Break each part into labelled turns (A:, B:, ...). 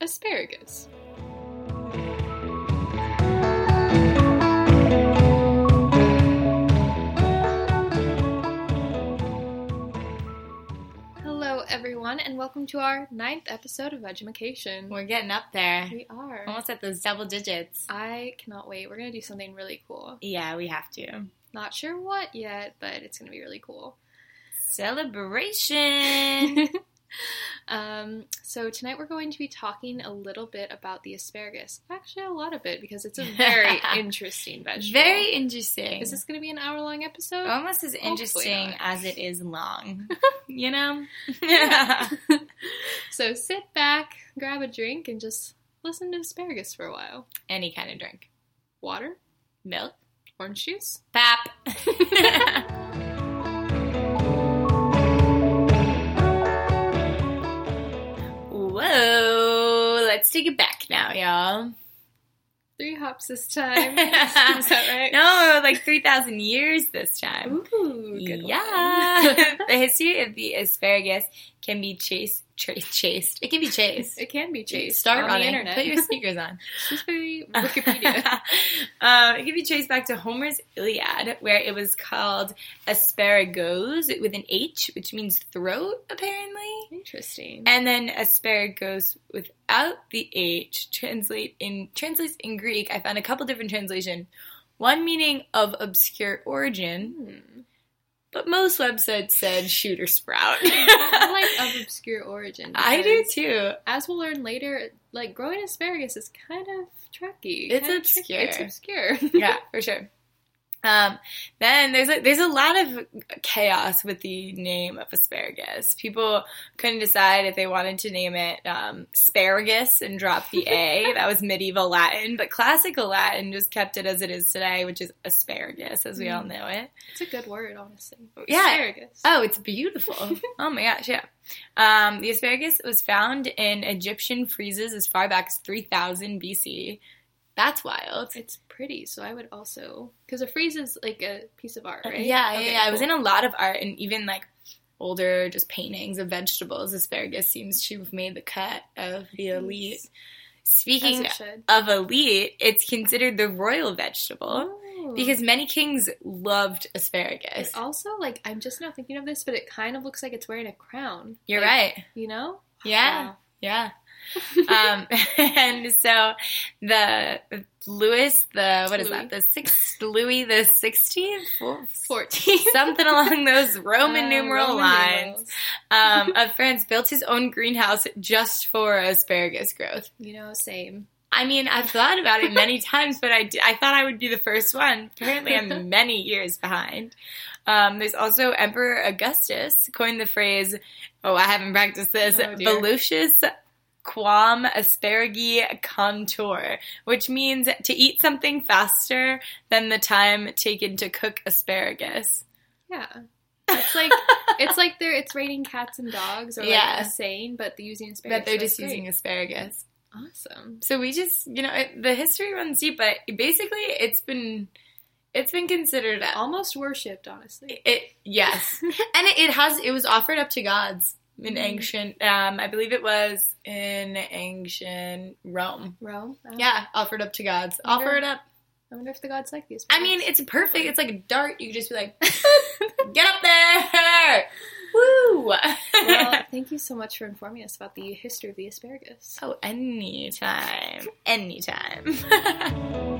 A: asparagus. Hello, everyone, and welcome to our ninth episode of Edumacation.
B: We're getting up there.
A: We are.
B: Almost at those double digits.
A: I cannot wait. We're going to do something really cool.
B: Yeah, we have to.
A: Not sure what yet, but it's going to be really cool.
B: Celebration!
A: um, so tonight we're going to be talking a little bit about the asparagus. Actually, a lot of it because it's a very interesting vegetable.
B: Very Oh. interesting.
A: Is this going to be an hour long episode?
B: almost as
A: Hopefully
B: interesting
A: not.
B: as it is long? you know?
A: So sit back, grab a drink, and just listen to asparagus for a while.
B: Any kind of drink.
A: Water,
B: Milk?
A: orange juice.
B: Pap! Whoa! Let's take it back now, y'all.
A: Three hops this time. Is that right?
B: No, like 3,000 years this time.
A: Ooh, good
B: yeah.
A: one.
B: the history of the asparagus can be chased, tra- chased. It can be chased.
A: it can be chased.
B: Start
A: on
B: running.
A: the internet.
B: Put your speakers on.
A: She's very Wikipedia.
B: um, it can be traced back to Homer's Iliad, where it was called asparagos with an H, which means throat, apparently.
A: Interesting.
B: And then asparagos without the H translate in translates in Greek. I found a couple different translation. One meaning of obscure origin,
A: Hmm.
B: but most websites said shooter sprout.
A: I like of obscure origin.
B: I do
A: because
B: too.
A: As we'll learn later, like growing asparagus is kind of tricky.
B: It's
A: kind of tricky.
B: obscure.
A: It's obscure.
B: yeah, for sure. Um, then there's a, there's a lot of chaos with the name of asparagus. People couldn't decide if they wanted to name it um, asparagus and drop the a. that was medieval Latin, but classical Latin just kept it as it is today, which is asparagus, as we all know it.
A: It's a good word, honestly.
B: Yeah.
A: Asparagus.
B: Oh, it's beautiful. oh my gosh, yeah. Um, the asparagus was found in Egyptian friezes as far back as 3000 BC. That's wild.
A: It's pretty, so I would also because a frieze is like a piece of art, right?
B: Uh, Yeah, yeah,
A: Okay,
B: yeah. I was
A: cool.
B: in a lot of art and even like older just paintings of vegetables. Asparagus seems to have made the cut of the elite.
A: As
B: Speaking
A: it should.
B: of elite, it's considered the royal vegetable
A: Oh.
B: because many kings loved
A: it
B: asparagus.
A: also like I'm just now thinking of this, but it kind of looks like it's wearing a crown.
B: You're
A: Like,
B: right.
A: You know?
B: Yeah.
A: Wow.
B: Yeah. um, and so the Louis the what is
A: Louis.
B: that the sixth Louis the sixteenth
A: Fourteen
B: something along those Roman
A: Uh,
B: numeral
A: Roman
B: lines
A: numerals.
B: um, of France built his own greenhouse just for asparagus growth.
A: You know, same.
B: I mean, I've thought about it many times, but I, d- I thought I would be the first one. Apparently, I'm many years behind. Um, there's also Emperor Augustus coined the phrase, oh, I haven't practiced this,
A: Oh, dear.
B: voluptuous quam asparagi contour, which means to eat something faster than the time taken to cook asparagus.
A: Yeah. It's like it's like they're it's raining cats and dogs or
B: Yeah.
A: like a saying, but they're using asparagus.
B: That they're
A: so it's
B: just using
A: great.
B: asparagus.
A: awesome.
B: So we just, you know, it, the history runs deep, but basically, it's been, it's been considered. A,
A: Almost worshipped, honestly.
B: it yes, and it, it has. It was offered up to gods in
A: Mhm.
B: ancient. Um, I believe it was in ancient Rome.
A: Rome. I don't-
B: Yeah, offered up to gods.
A: Wonder-
B: Offer it up.
A: I wonder if the gods like these.
B: I mean, it's perfect. It's like a dart. You could just be like, get up there, woo.
A: well, thank you so much for informing us about the history of the asparagus.
B: Oh, anytime. Anytime.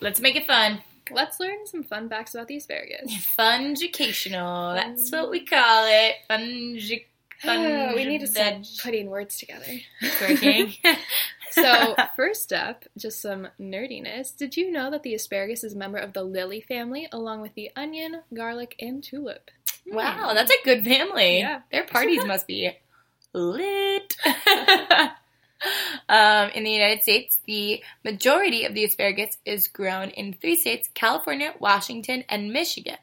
B: Let's make it fun.
A: Let's learn some fun facts about the asparagus.
B: Fungicational. That's what we call it. Fungic.
A: Oh, we need to start
B: Veg.
A: putting words together.
B: It's working.
A: So, first up, just some nerdiness. Did you know that the asparagus is a member of the lily family, along with the onion, garlic, and tulip? Hmm.
B: wow, that's a good family.
A: Yeah.
B: Their parties must be lit. um, in the United States, the majority of the asparagus is grown in three states California, Washington, and Michigan,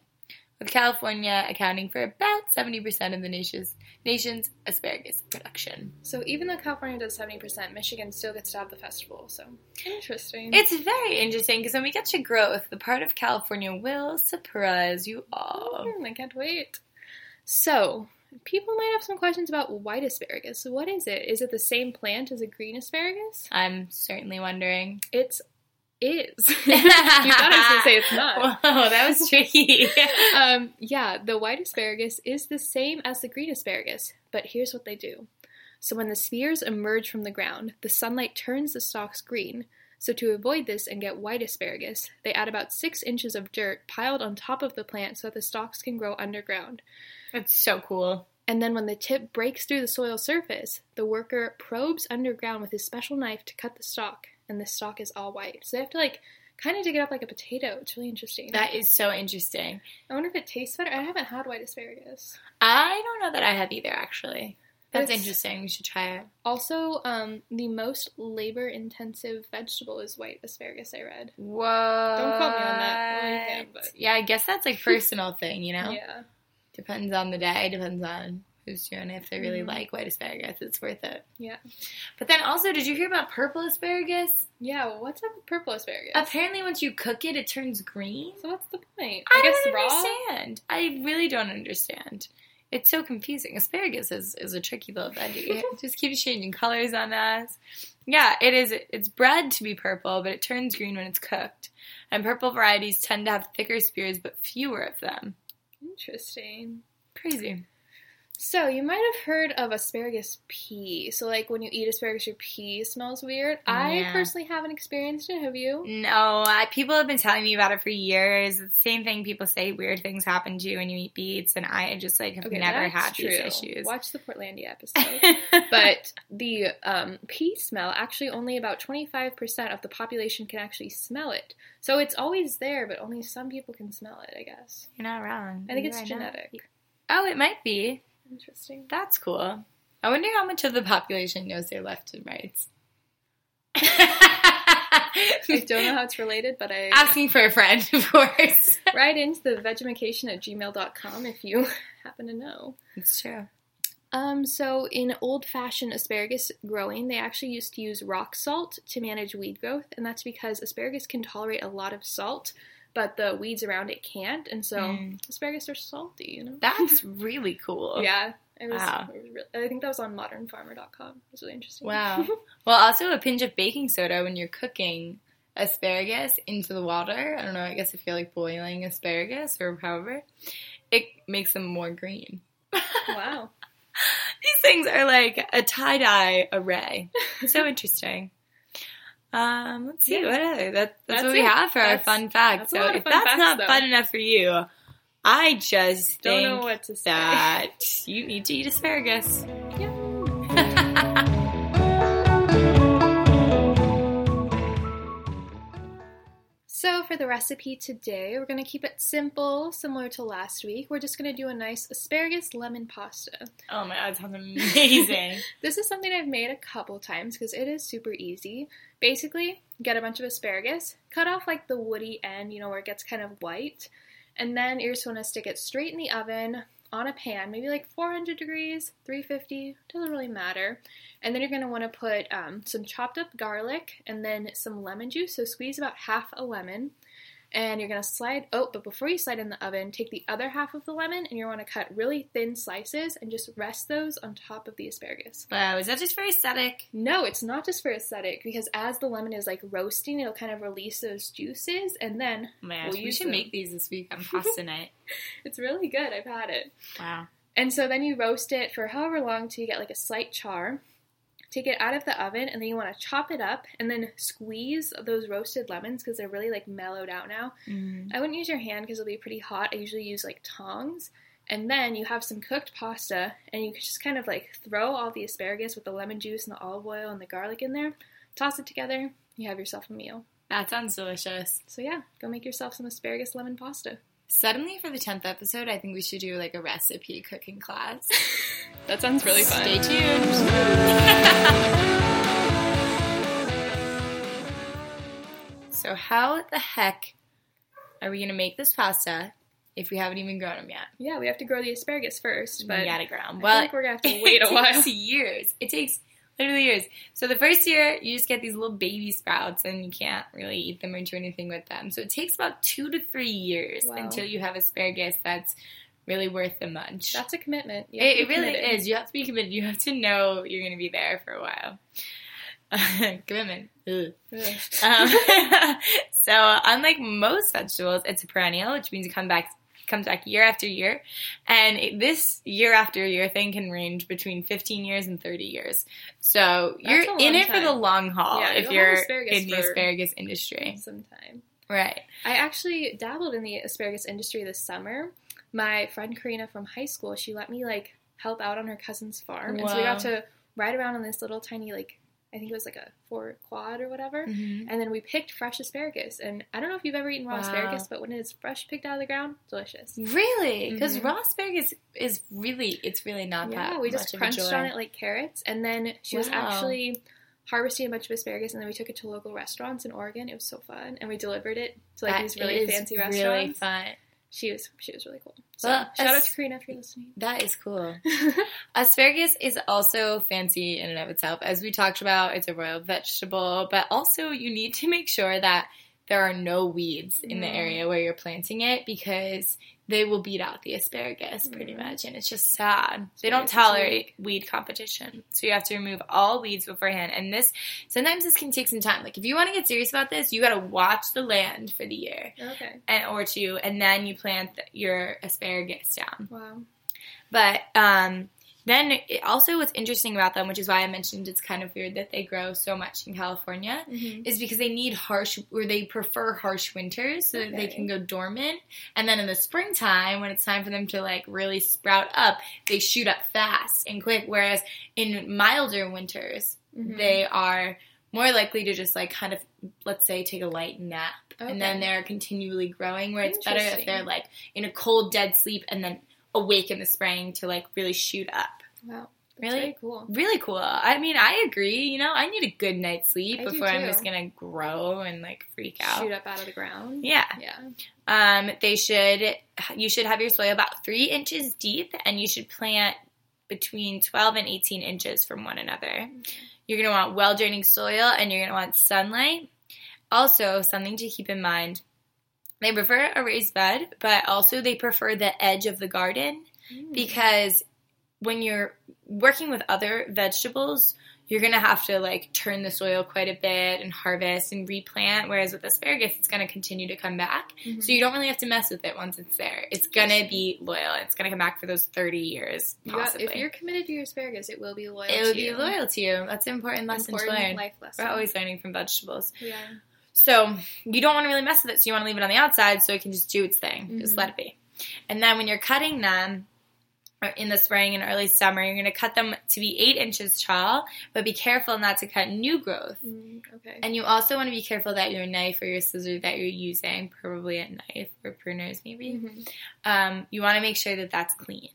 B: with California accounting for about 70% of the nation's, nation's asparagus production.
A: So even though California does 70%, Michigan still gets to have the festival. So interesting.
B: It's very interesting because when we get to growth, the part of California will surprise you all.
A: Mm, I can't wait. So people might have some questions about white asparagus. What is it? Is it the same plant as a green asparagus?
B: I'm certainly wondering.
A: It's is. you thought I was going to say it's not.
B: Whoa, that was tricky.
A: um, yeah, the white asparagus is the same as the green asparagus, but here's what they do. So, when the spheres emerge from the ground, the sunlight turns the stalks green. So, to avoid this and get white asparagus, they add about six inches of dirt piled on top of the plant so that the stalks can grow underground.
B: That's so cool.
A: And then, when the tip breaks through the soil surface, the worker probes underground with his special knife to cut the stalk, and the stalk is all white. So, they have to like kind of dig it up like a potato. It's really interesting.
B: That is so interesting.
A: I wonder if it tastes better. I haven't had white asparagus.
B: I don't know that I have either, actually.
A: But
B: That's
A: it's-
B: interesting. We should try it.
A: Also, um, the most labor intensive vegetable is white asparagus, I read.
B: Whoa. Don't
A: call me on that. Well, you can, but-
B: Yeah, I guess that's like personal thing, you know?
A: Yeah.
B: Depends on the day, depends on who's doing it. If they really
A: Mhm.
B: like white asparagus, it's worth it.
A: Yeah.
B: But then also, did you hear about purple asparagus?
A: Yeah, well, what's up with purple asparagus?
B: Apparently, once you cook it, it turns green.
A: so, what's the point?
B: I, don't understand. I really don't understand. It's so confusing. Asparagus is, is a tricky little veggie. It just keeps changing colors on us. Yeah, it is. It's bred to be purple, but it turns green when it's cooked. And purple varieties tend to have thicker spears, but fewer of them.
A: Interesting.
B: Crazy.
A: So, you might have heard of asparagus pea. So, like when you eat asparagus, your pea smells weird. I
B: Yeah.
A: personally haven't experienced it. Have you?
B: No, I, people have been telling me about it for years. It's the same thing people say weird things happen to you when you eat beets, and I just like have never
A: that's
B: had these
A: true.
B: issues.
A: Watch the Portlandia episode. but the um, pea smell actually only about 25% of the population can actually smell it so it's always there but only some people can smell it i guess
B: You're not wrong.
A: i think
B: You
A: it's
B: are not.
A: genetic
B: Oh, it might be.
A: interesting
B: That's cool. I wonder how much of the population knows their left and rights.
A: i don't know how it's related but i
B: Asking for a friend, of course.
A: write into the vegemication at gmail.com if you happen to know
B: It's true.
A: Um, so in old-fashioned asparagus growing, they actually used to use rock salt to manage weed growth, and that's because asparagus can tolerate a lot of salt, but the weeds around it can't, and so
B: Mm.
A: asparagus are salty, you know.
B: That's really cool.
A: yeah, it was,
B: Wow.
A: it was really, I think that was on modernfarmer.com. It was really interesting.
B: Wow. Well, also a pinch of baking soda when you're cooking asparagus into the water. I don't know, I guess if you're like boiling asparagus or however, it makes them more green.
A: wow.
B: These things are like a tie dye array. so interesting. Um, let's see
A: Yeah.
B: what other. That, that's,
A: That's
B: what we
A: it.
B: have for
A: That's-
B: our fun fact.
A: that's a
B: So
A: lot of
B: if
A: fun
B: that's
A: facts,
B: not
A: though.
B: fun enough for you, I just
A: Don't
B: think
A: know what to say.
B: that you need to eat asparagus.
A: So for the recipe today, we're going to keep it simple, similar to last week. We're just going to do a nice asparagus lemon pasta.
B: Oh my god, that sounds amazing.
A: This is something I've made a couple times because it is super easy. Basically, get a bunch of asparagus, cut off like the woody end, you know, where it gets kind of white, and then you're just going to stick it straight in the oven on a pan, maybe like 400 degrees, 350, doesn't really matter. And then you're going to want to put um, some chopped up garlic and then some lemon juice, so squeeze about half a lemon. And you're gonna slide, oh, but before you slide in the oven, take the other half of the lemon and you wanna cut really thin slices and just rest those on top of the asparagus.
B: wow, is that just for aesthetic?
A: No, it's not just for aesthetic because as the lemon is like roasting, it'll kind of release those juices and then
B: Oh my gosh,
A: We'll
B: we
A: use
B: should
A: them.
B: make these this week on pasta night.
A: it's really good. I've had it.
B: Wow.
A: And so then you roast it for however long till you get like a slight char. Take it out of the oven and then you want to chop it up and then squeeze those roasted lemons because they're really like mellowed out now. I wouldn't use your hand because it'll be pretty hot. I usually use like tongs. And then you have some cooked pasta, and you can just kind of like throw all the asparagus with the lemon juice and the olive oil and the garlic in there, toss it together, you have yourself a meal.
B: That sounds delicious.
A: So yeah, go make yourself some asparagus lemon pasta.
B: Suddenly, for the 10th episode, I think we should do like a recipe cooking class.
A: That sounds really fun.
B: Stay tuned. so, how the heck are we going to make this pasta if we haven't even grown them yet.
A: Yeah, we have to grow the asparagus first, but
B: we gotta grow 'em.
A: I
B: Well,
A: think we're gonna have to wait a
B: it
A: while.
B: takes years. It takes literally years. So the first year, you just get these little baby sprouts, and you can't really eat them or do anything with them. So it takes about two to three years
A: Wow.
B: until you have asparagus that's really worth the munch.
A: That's a commitment. You have
B: it,
A: to
B: it
A: be
B: really
A: committed.
B: is. You have to be committed. You have to know you're going to be there for a while. Commitment. Ugh.
A: Ugh.
B: Um, so, unlike most vegetables, it's a perennial, which means it comes back comes back year after year, and it, this year after year thing can range between 15 years and 30 years. So
A: That's a
B: you're
A: long
B: in it for
A: time.
B: the long haul
A: Yeah,
B: if
A: you'll have
B: you're
A: asparagus
B: in the
A: for-
B: asparagus industry,
A: Sometime.
B: right?
A: I actually dabbled in the asparagus industry this summer. My friend Karina from high school, she let me like help out on her cousin's farm, and so we
B: Wow.
A: got to ride around on this little tiny like I think it was like a four quad or
B: Mm-hmm.
A: whatever. And then we picked fresh asparagus, and I don't know if you've ever eaten raw
B: Wow.
A: asparagus, but when it's fresh picked out of the ground, delicious.
B: Really? Because
A: Mhm.
B: raw asparagus is really it's really not
A: Yeah,
B: that.
A: we just
B: much of a
A: crunched
B: joy.
A: on it like carrots, and then she was
B: Wow.
A: actually harvesting a bunch of asparagus, and then we took it to local restaurants in Oregon. It was so fun, and we delivered it to like
B: That
A: these really
B: is
A: fancy
B: Really
A: restaurants.
B: fun.
A: she was she was really cool. So
B: Well,
A: shout out
B: as-
A: to Karina if you're listening.
B: That is cool. Asparagus is also fancy in and of itself. As we talked about, it's a royal vegetable, but also you need to make sure that there are no weeds in the
A: Mm.
B: area where you're planting it because they will beat out the asparagus pretty
A: Mm.
B: much, and it's just sad. They don't
A: Asparagus is
B: tolerate weed competition, so you have to remove all weeds beforehand. And this sometimes this can take some time. Like if you want to get serious about this, you got to watch the land for the year
A: okay.
B: and or two, and then you plant th- your asparagus down.
A: Wow.
B: But um, then it, also, what's interesting about them, which is why I mentioned it's kind of weird that they grow so much in California, is because they need harsh or they prefer harsh winters so that they
A: Okay.
B: can go dormant. And then in the springtime, when it's time for them to like really sprout up, they shoot up fast and quick. Whereas in milder winters,
A: Mhm.
B: they are more likely to just like kind of let's say take a light nap and then
A: Okay.
B: they're continually growing where it's better if
A: Interesting.
B: they're like in a cold dead sleep and then awake in the spring to like really shoot up
A: wow. That's
B: Really?
A: very cool.
B: really cool i mean i agree you know i need a good night's sleep
A: I do
B: before i'm
A: too.
B: just gonna grow and like freak out
A: Shoot up out of the ground.
B: yeah
A: Yeah.
B: um, they should you should have your soil about three inches deep, and you should plant between 12 and 18 inches from one another. You're gonna want well draining soil, and you're gonna want sunlight. Also, something to keep in mind: they prefer a raised bed, but also they prefer the edge of the garden
A: Mm.
B: because when you're working with other vegetables you're gonna have to like turn the soil quite a bit and harvest and replant whereas with asparagus it's gonna continue to come back
A: Mhm.
B: so you don't really have to mess with it once it's there. It's gonna be loyal. It's gonna come back for those thirty years.
A: You got-
B: Possibly.
A: if you're committed to your asparagus, it will be loyal.
B: it would
A: to
B: be
A: you.
B: loyal to you. That's an important lesson
A: Important
B: to learn.
A: life lesson.
B: We're always learning from vegetables.
A: yeah.
B: So you don't want to really mess with it. So you want to leave it on the outside so it can just do its thing. Just
A: Mhm.
B: let it be. And then when you're cutting them or in the spring and early summer, you're going to cut them to be eight inches tall, but be careful not to cut new growth.
A: Mm, okay.
B: And you also want to be careful that your knife or your scissor that you're using, probably a knife or pruners maybe,
A: Mhm.
B: um, you want to make sure that that's clean.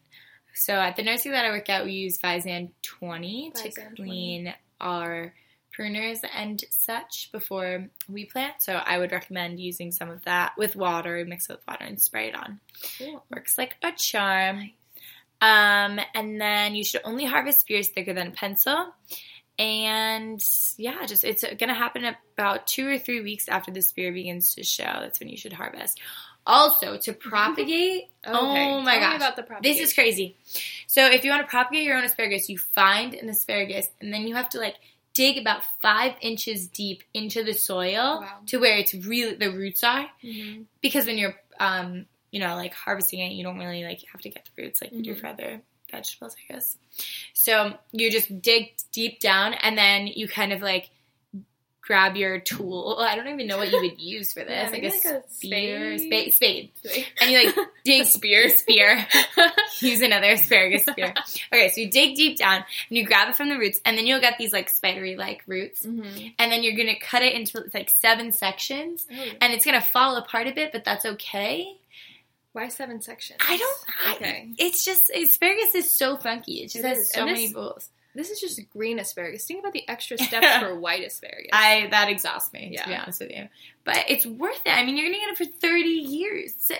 B: So at the nursery that I work at, we use Visan 20 to
A: Visan 20.
B: clean our pruners and such before we plant. So I would recommend using some of that with water, mix it with water, and spray it on.
A: Cool.
B: Works like a charm. Um, and then you should only harvest spears thicker than a pencil. And yeah, just it's gonna happen about two or three weeks after the spear begins to show. That's when you should harvest. Also, to propagate, Oh my
A: Tell
B: gosh.
A: Me about the propagate.
B: this is crazy. So if you want to propagate your own asparagus, you find an asparagus and then you have to like dig about five inches deep into the soil
A: Oh, Wow.
B: to where it's really the roots are.
A: Mhm.
B: Because when you're um, you know, like harvesting it, you don't really like have to get the roots like you do
A: Mhm.
B: for other vegetables, I guess. So you just dig deep down and then you kind of like grab your tool. I don't even know what you would use for this.
A: Yeah,
B: like,
A: maybe
B: a
A: like a
B: spear, spade,
A: spade.
B: spade.
A: Spade.
B: And you like dig spear spear use another asparagus spear okay so you dig deep down and you grab it from the roots and then you'll get these like spidery like roots
A: Mhm.
B: and then you're gonna cut it into like seven sections
A: Oh,
B: and it's gonna fall apart a bit but that's okay
A: why seven sections?
B: i don't I,
A: Okay.
B: it's just asparagus is so funky it just
A: It
B: has
A: is.
B: so
A: And
B: many
A: this-
B: bowls
A: This is just green asparagus. Think about the extra steps for white asparagus.
B: i that exhausts me to
A: Yeah.
B: be honest with you but it's worth it i mean you're gonna get it for 30 years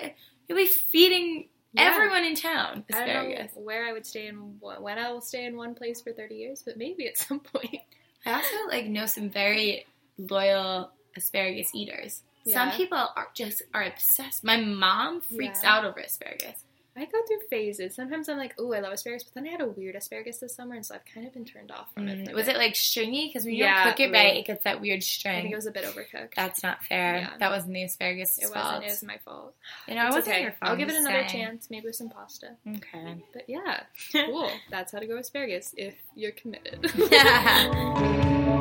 B: You'll be feeding
A: Yeah.
B: everyone in town
A: I don't know
B: asparagus.
A: where I would stay and wh- when I will stay in one place for 30 years, but maybe at some point.
B: I also like know some very loyal asparagus eaters. Some
A: Yeah.
B: people are just are obsessed. My mom freaks
A: Yeah.
B: out over asparagus.
A: I go through phases. Sometimes I'm like, ooh, I love asparagus, but then I had a weird asparagus this summer, and so I've kind of been turned off from Mm-hmm. it. for a
B: Was
A: bit.
B: it like stringy? Because when you
A: Yeah,
B: don't cook it
A: ooh.
B: right, it gets that weird
A: I
B: string.
A: think it was a bit overcooked.
B: That's not fair.
A: Yeah.
B: That wasn't the asparagus
A: it
B: fault.
A: wasn't. It was my fault.
B: you know, it
A: It's
B: wasn't
A: okay.
B: your fault.
A: I'll give it
B: I'm just
A: another
B: saying.
A: chance, maybe with some pasta.
B: Okay.
A: But yeah, cool. That's how to grow asparagus if you're committed.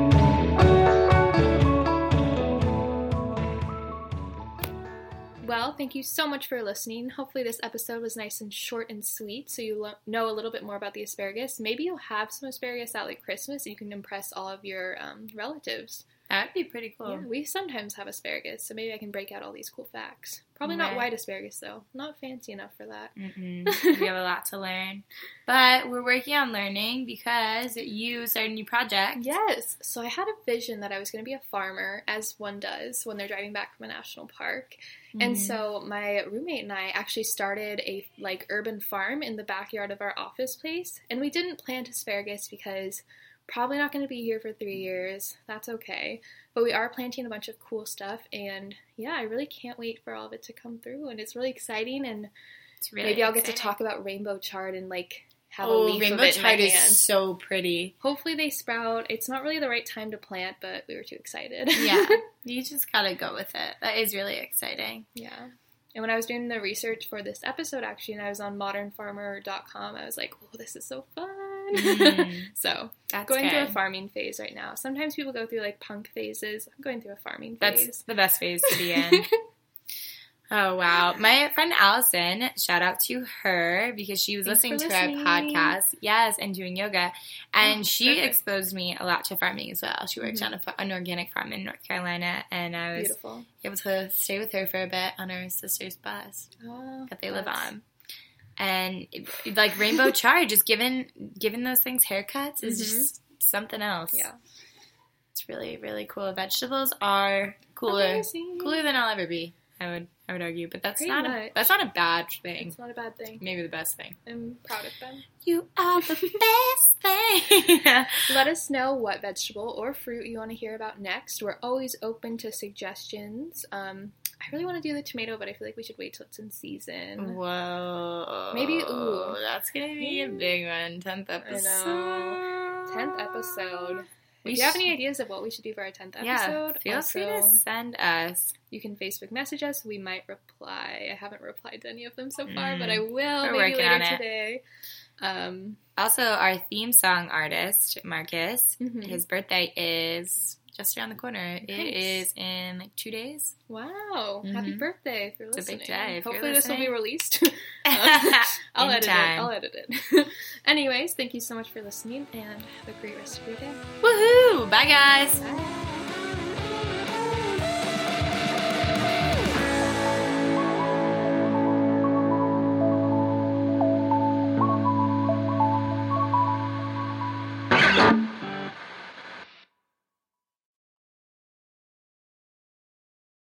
A: Well, thank you so much for listening. Hopefully, this episode was nice and short and sweet so you lo- know a little bit more about the asparagus. Maybe you'll have some asparagus at like Christmas and you can impress all of your um, relatives.
B: that would be pretty cool.
A: Yeah, we sometimes have asparagus, so maybe I can break out all these cool facts. Probably not
B: Right.
A: white asparagus, though. Not fancy enough for that.
B: Mm-mm. we have a lot to learn, but we're working on learning because you started a new project.
A: Yes. So I had a vision that I was going to be a farmer, as one does when they're driving back from a national park. And
B: Mhm.
A: so my roommate and I actually started a like urban farm in the backyard of our office place, and we didn't plant asparagus because probably not going to be here for 3 years. That's okay. But we are planting a bunch of cool stuff and yeah, I really can't wait for all of it to come through and it's really exciting and
B: it's really
A: maybe I'll get to
B: exciting.
A: talk about rainbow chard and like have a
B: Oh,
A: leaf
B: rainbow
A: of it in my
B: chard is
A: hand.
B: so pretty.
A: Hopefully they sprout. It's not really the right time to plant, but we were too excited.
B: Yeah, you just gotta go with it. That is really exciting.
A: yeah. And when I was doing the research for this episode, actually, and I was on modernfarmer.com, I was like, oh, this is so fun.
B: Mm,
A: so,
B: that's
A: going
B: good.
A: through a farming phase right now. Sometimes people go through like punk phases. I'm going through a farming
B: That's
A: phase.
B: the best phase to be in. oh wow. My friend Allison, shout out to her because she was
A: Thanks
B: listening to
A: for
B: our
A: listening.
B: podcast. Yes, and doing yoga. And
A: Oh,
B: she
A: perfect.
B: exposed me a lot to farming as well. She worked
A: Mhm.
B: on a, fa- an organic farm in North Carolina and I was
A: Beautiful.
B: able to stay with her for a bit on her sister's bus
A: Oh,
B: that they live
A: that's-
B: on. And it- like rainbow charge, just giving giving those things haircuts is
A: Mhm.
B: just something else.
A: Yeah.
B: it's really really cool. Vegetables are cooler
A: Amazing.
B: cooler than I'll ever be. I would I would argue, but that's
A: Pretty
B: not a,
A: much.
B: that's not a bad thing.
A: It's not a bad thing.
B: Maybe the best thing.
A: I'm proud of them.
B: You are the best thing.
A: Let us know what vegetable or fruit you want to hear about next. We're always open to suggestions. Um, I really want to do the tomato, but I feel like we should wait till it's in season.
B: Whoa.
A: Maybe- ooh.
B: That's gonna be a big one. Tenth episode.
A: Tenth episode.
B: We
A: if you have
B: should-
A: any ideas of what we should do for our tenth
B: Yeah,
A: episode,
B: feel free to
A: also,
B: send us
A: you can Facebook message us. We might reply. I haven't replied to any of them so far,
B: Mm.
A: but I will
B: We're
A: maybe
B: working on
A: later
B: it.
A: today. Um,
B: Also, our theme song artist, Marcus,
A: mhm.
B: his birthday is just around the corner. It
A: Nice.
B: is in like two days.
A: wow! Happy
B: Mhm.
A: birthday! If you're
B: It's a
A: listening,
B: big day if you're
A: hopefully this will be
B: listening.
A: released. I'll
B: In
A: edit
B: time.
A: it. I'll edit it. Anyways, thank you so much for listening and have a great rest of your day.
B: Woohoo! Bye, guys.
A: Bye.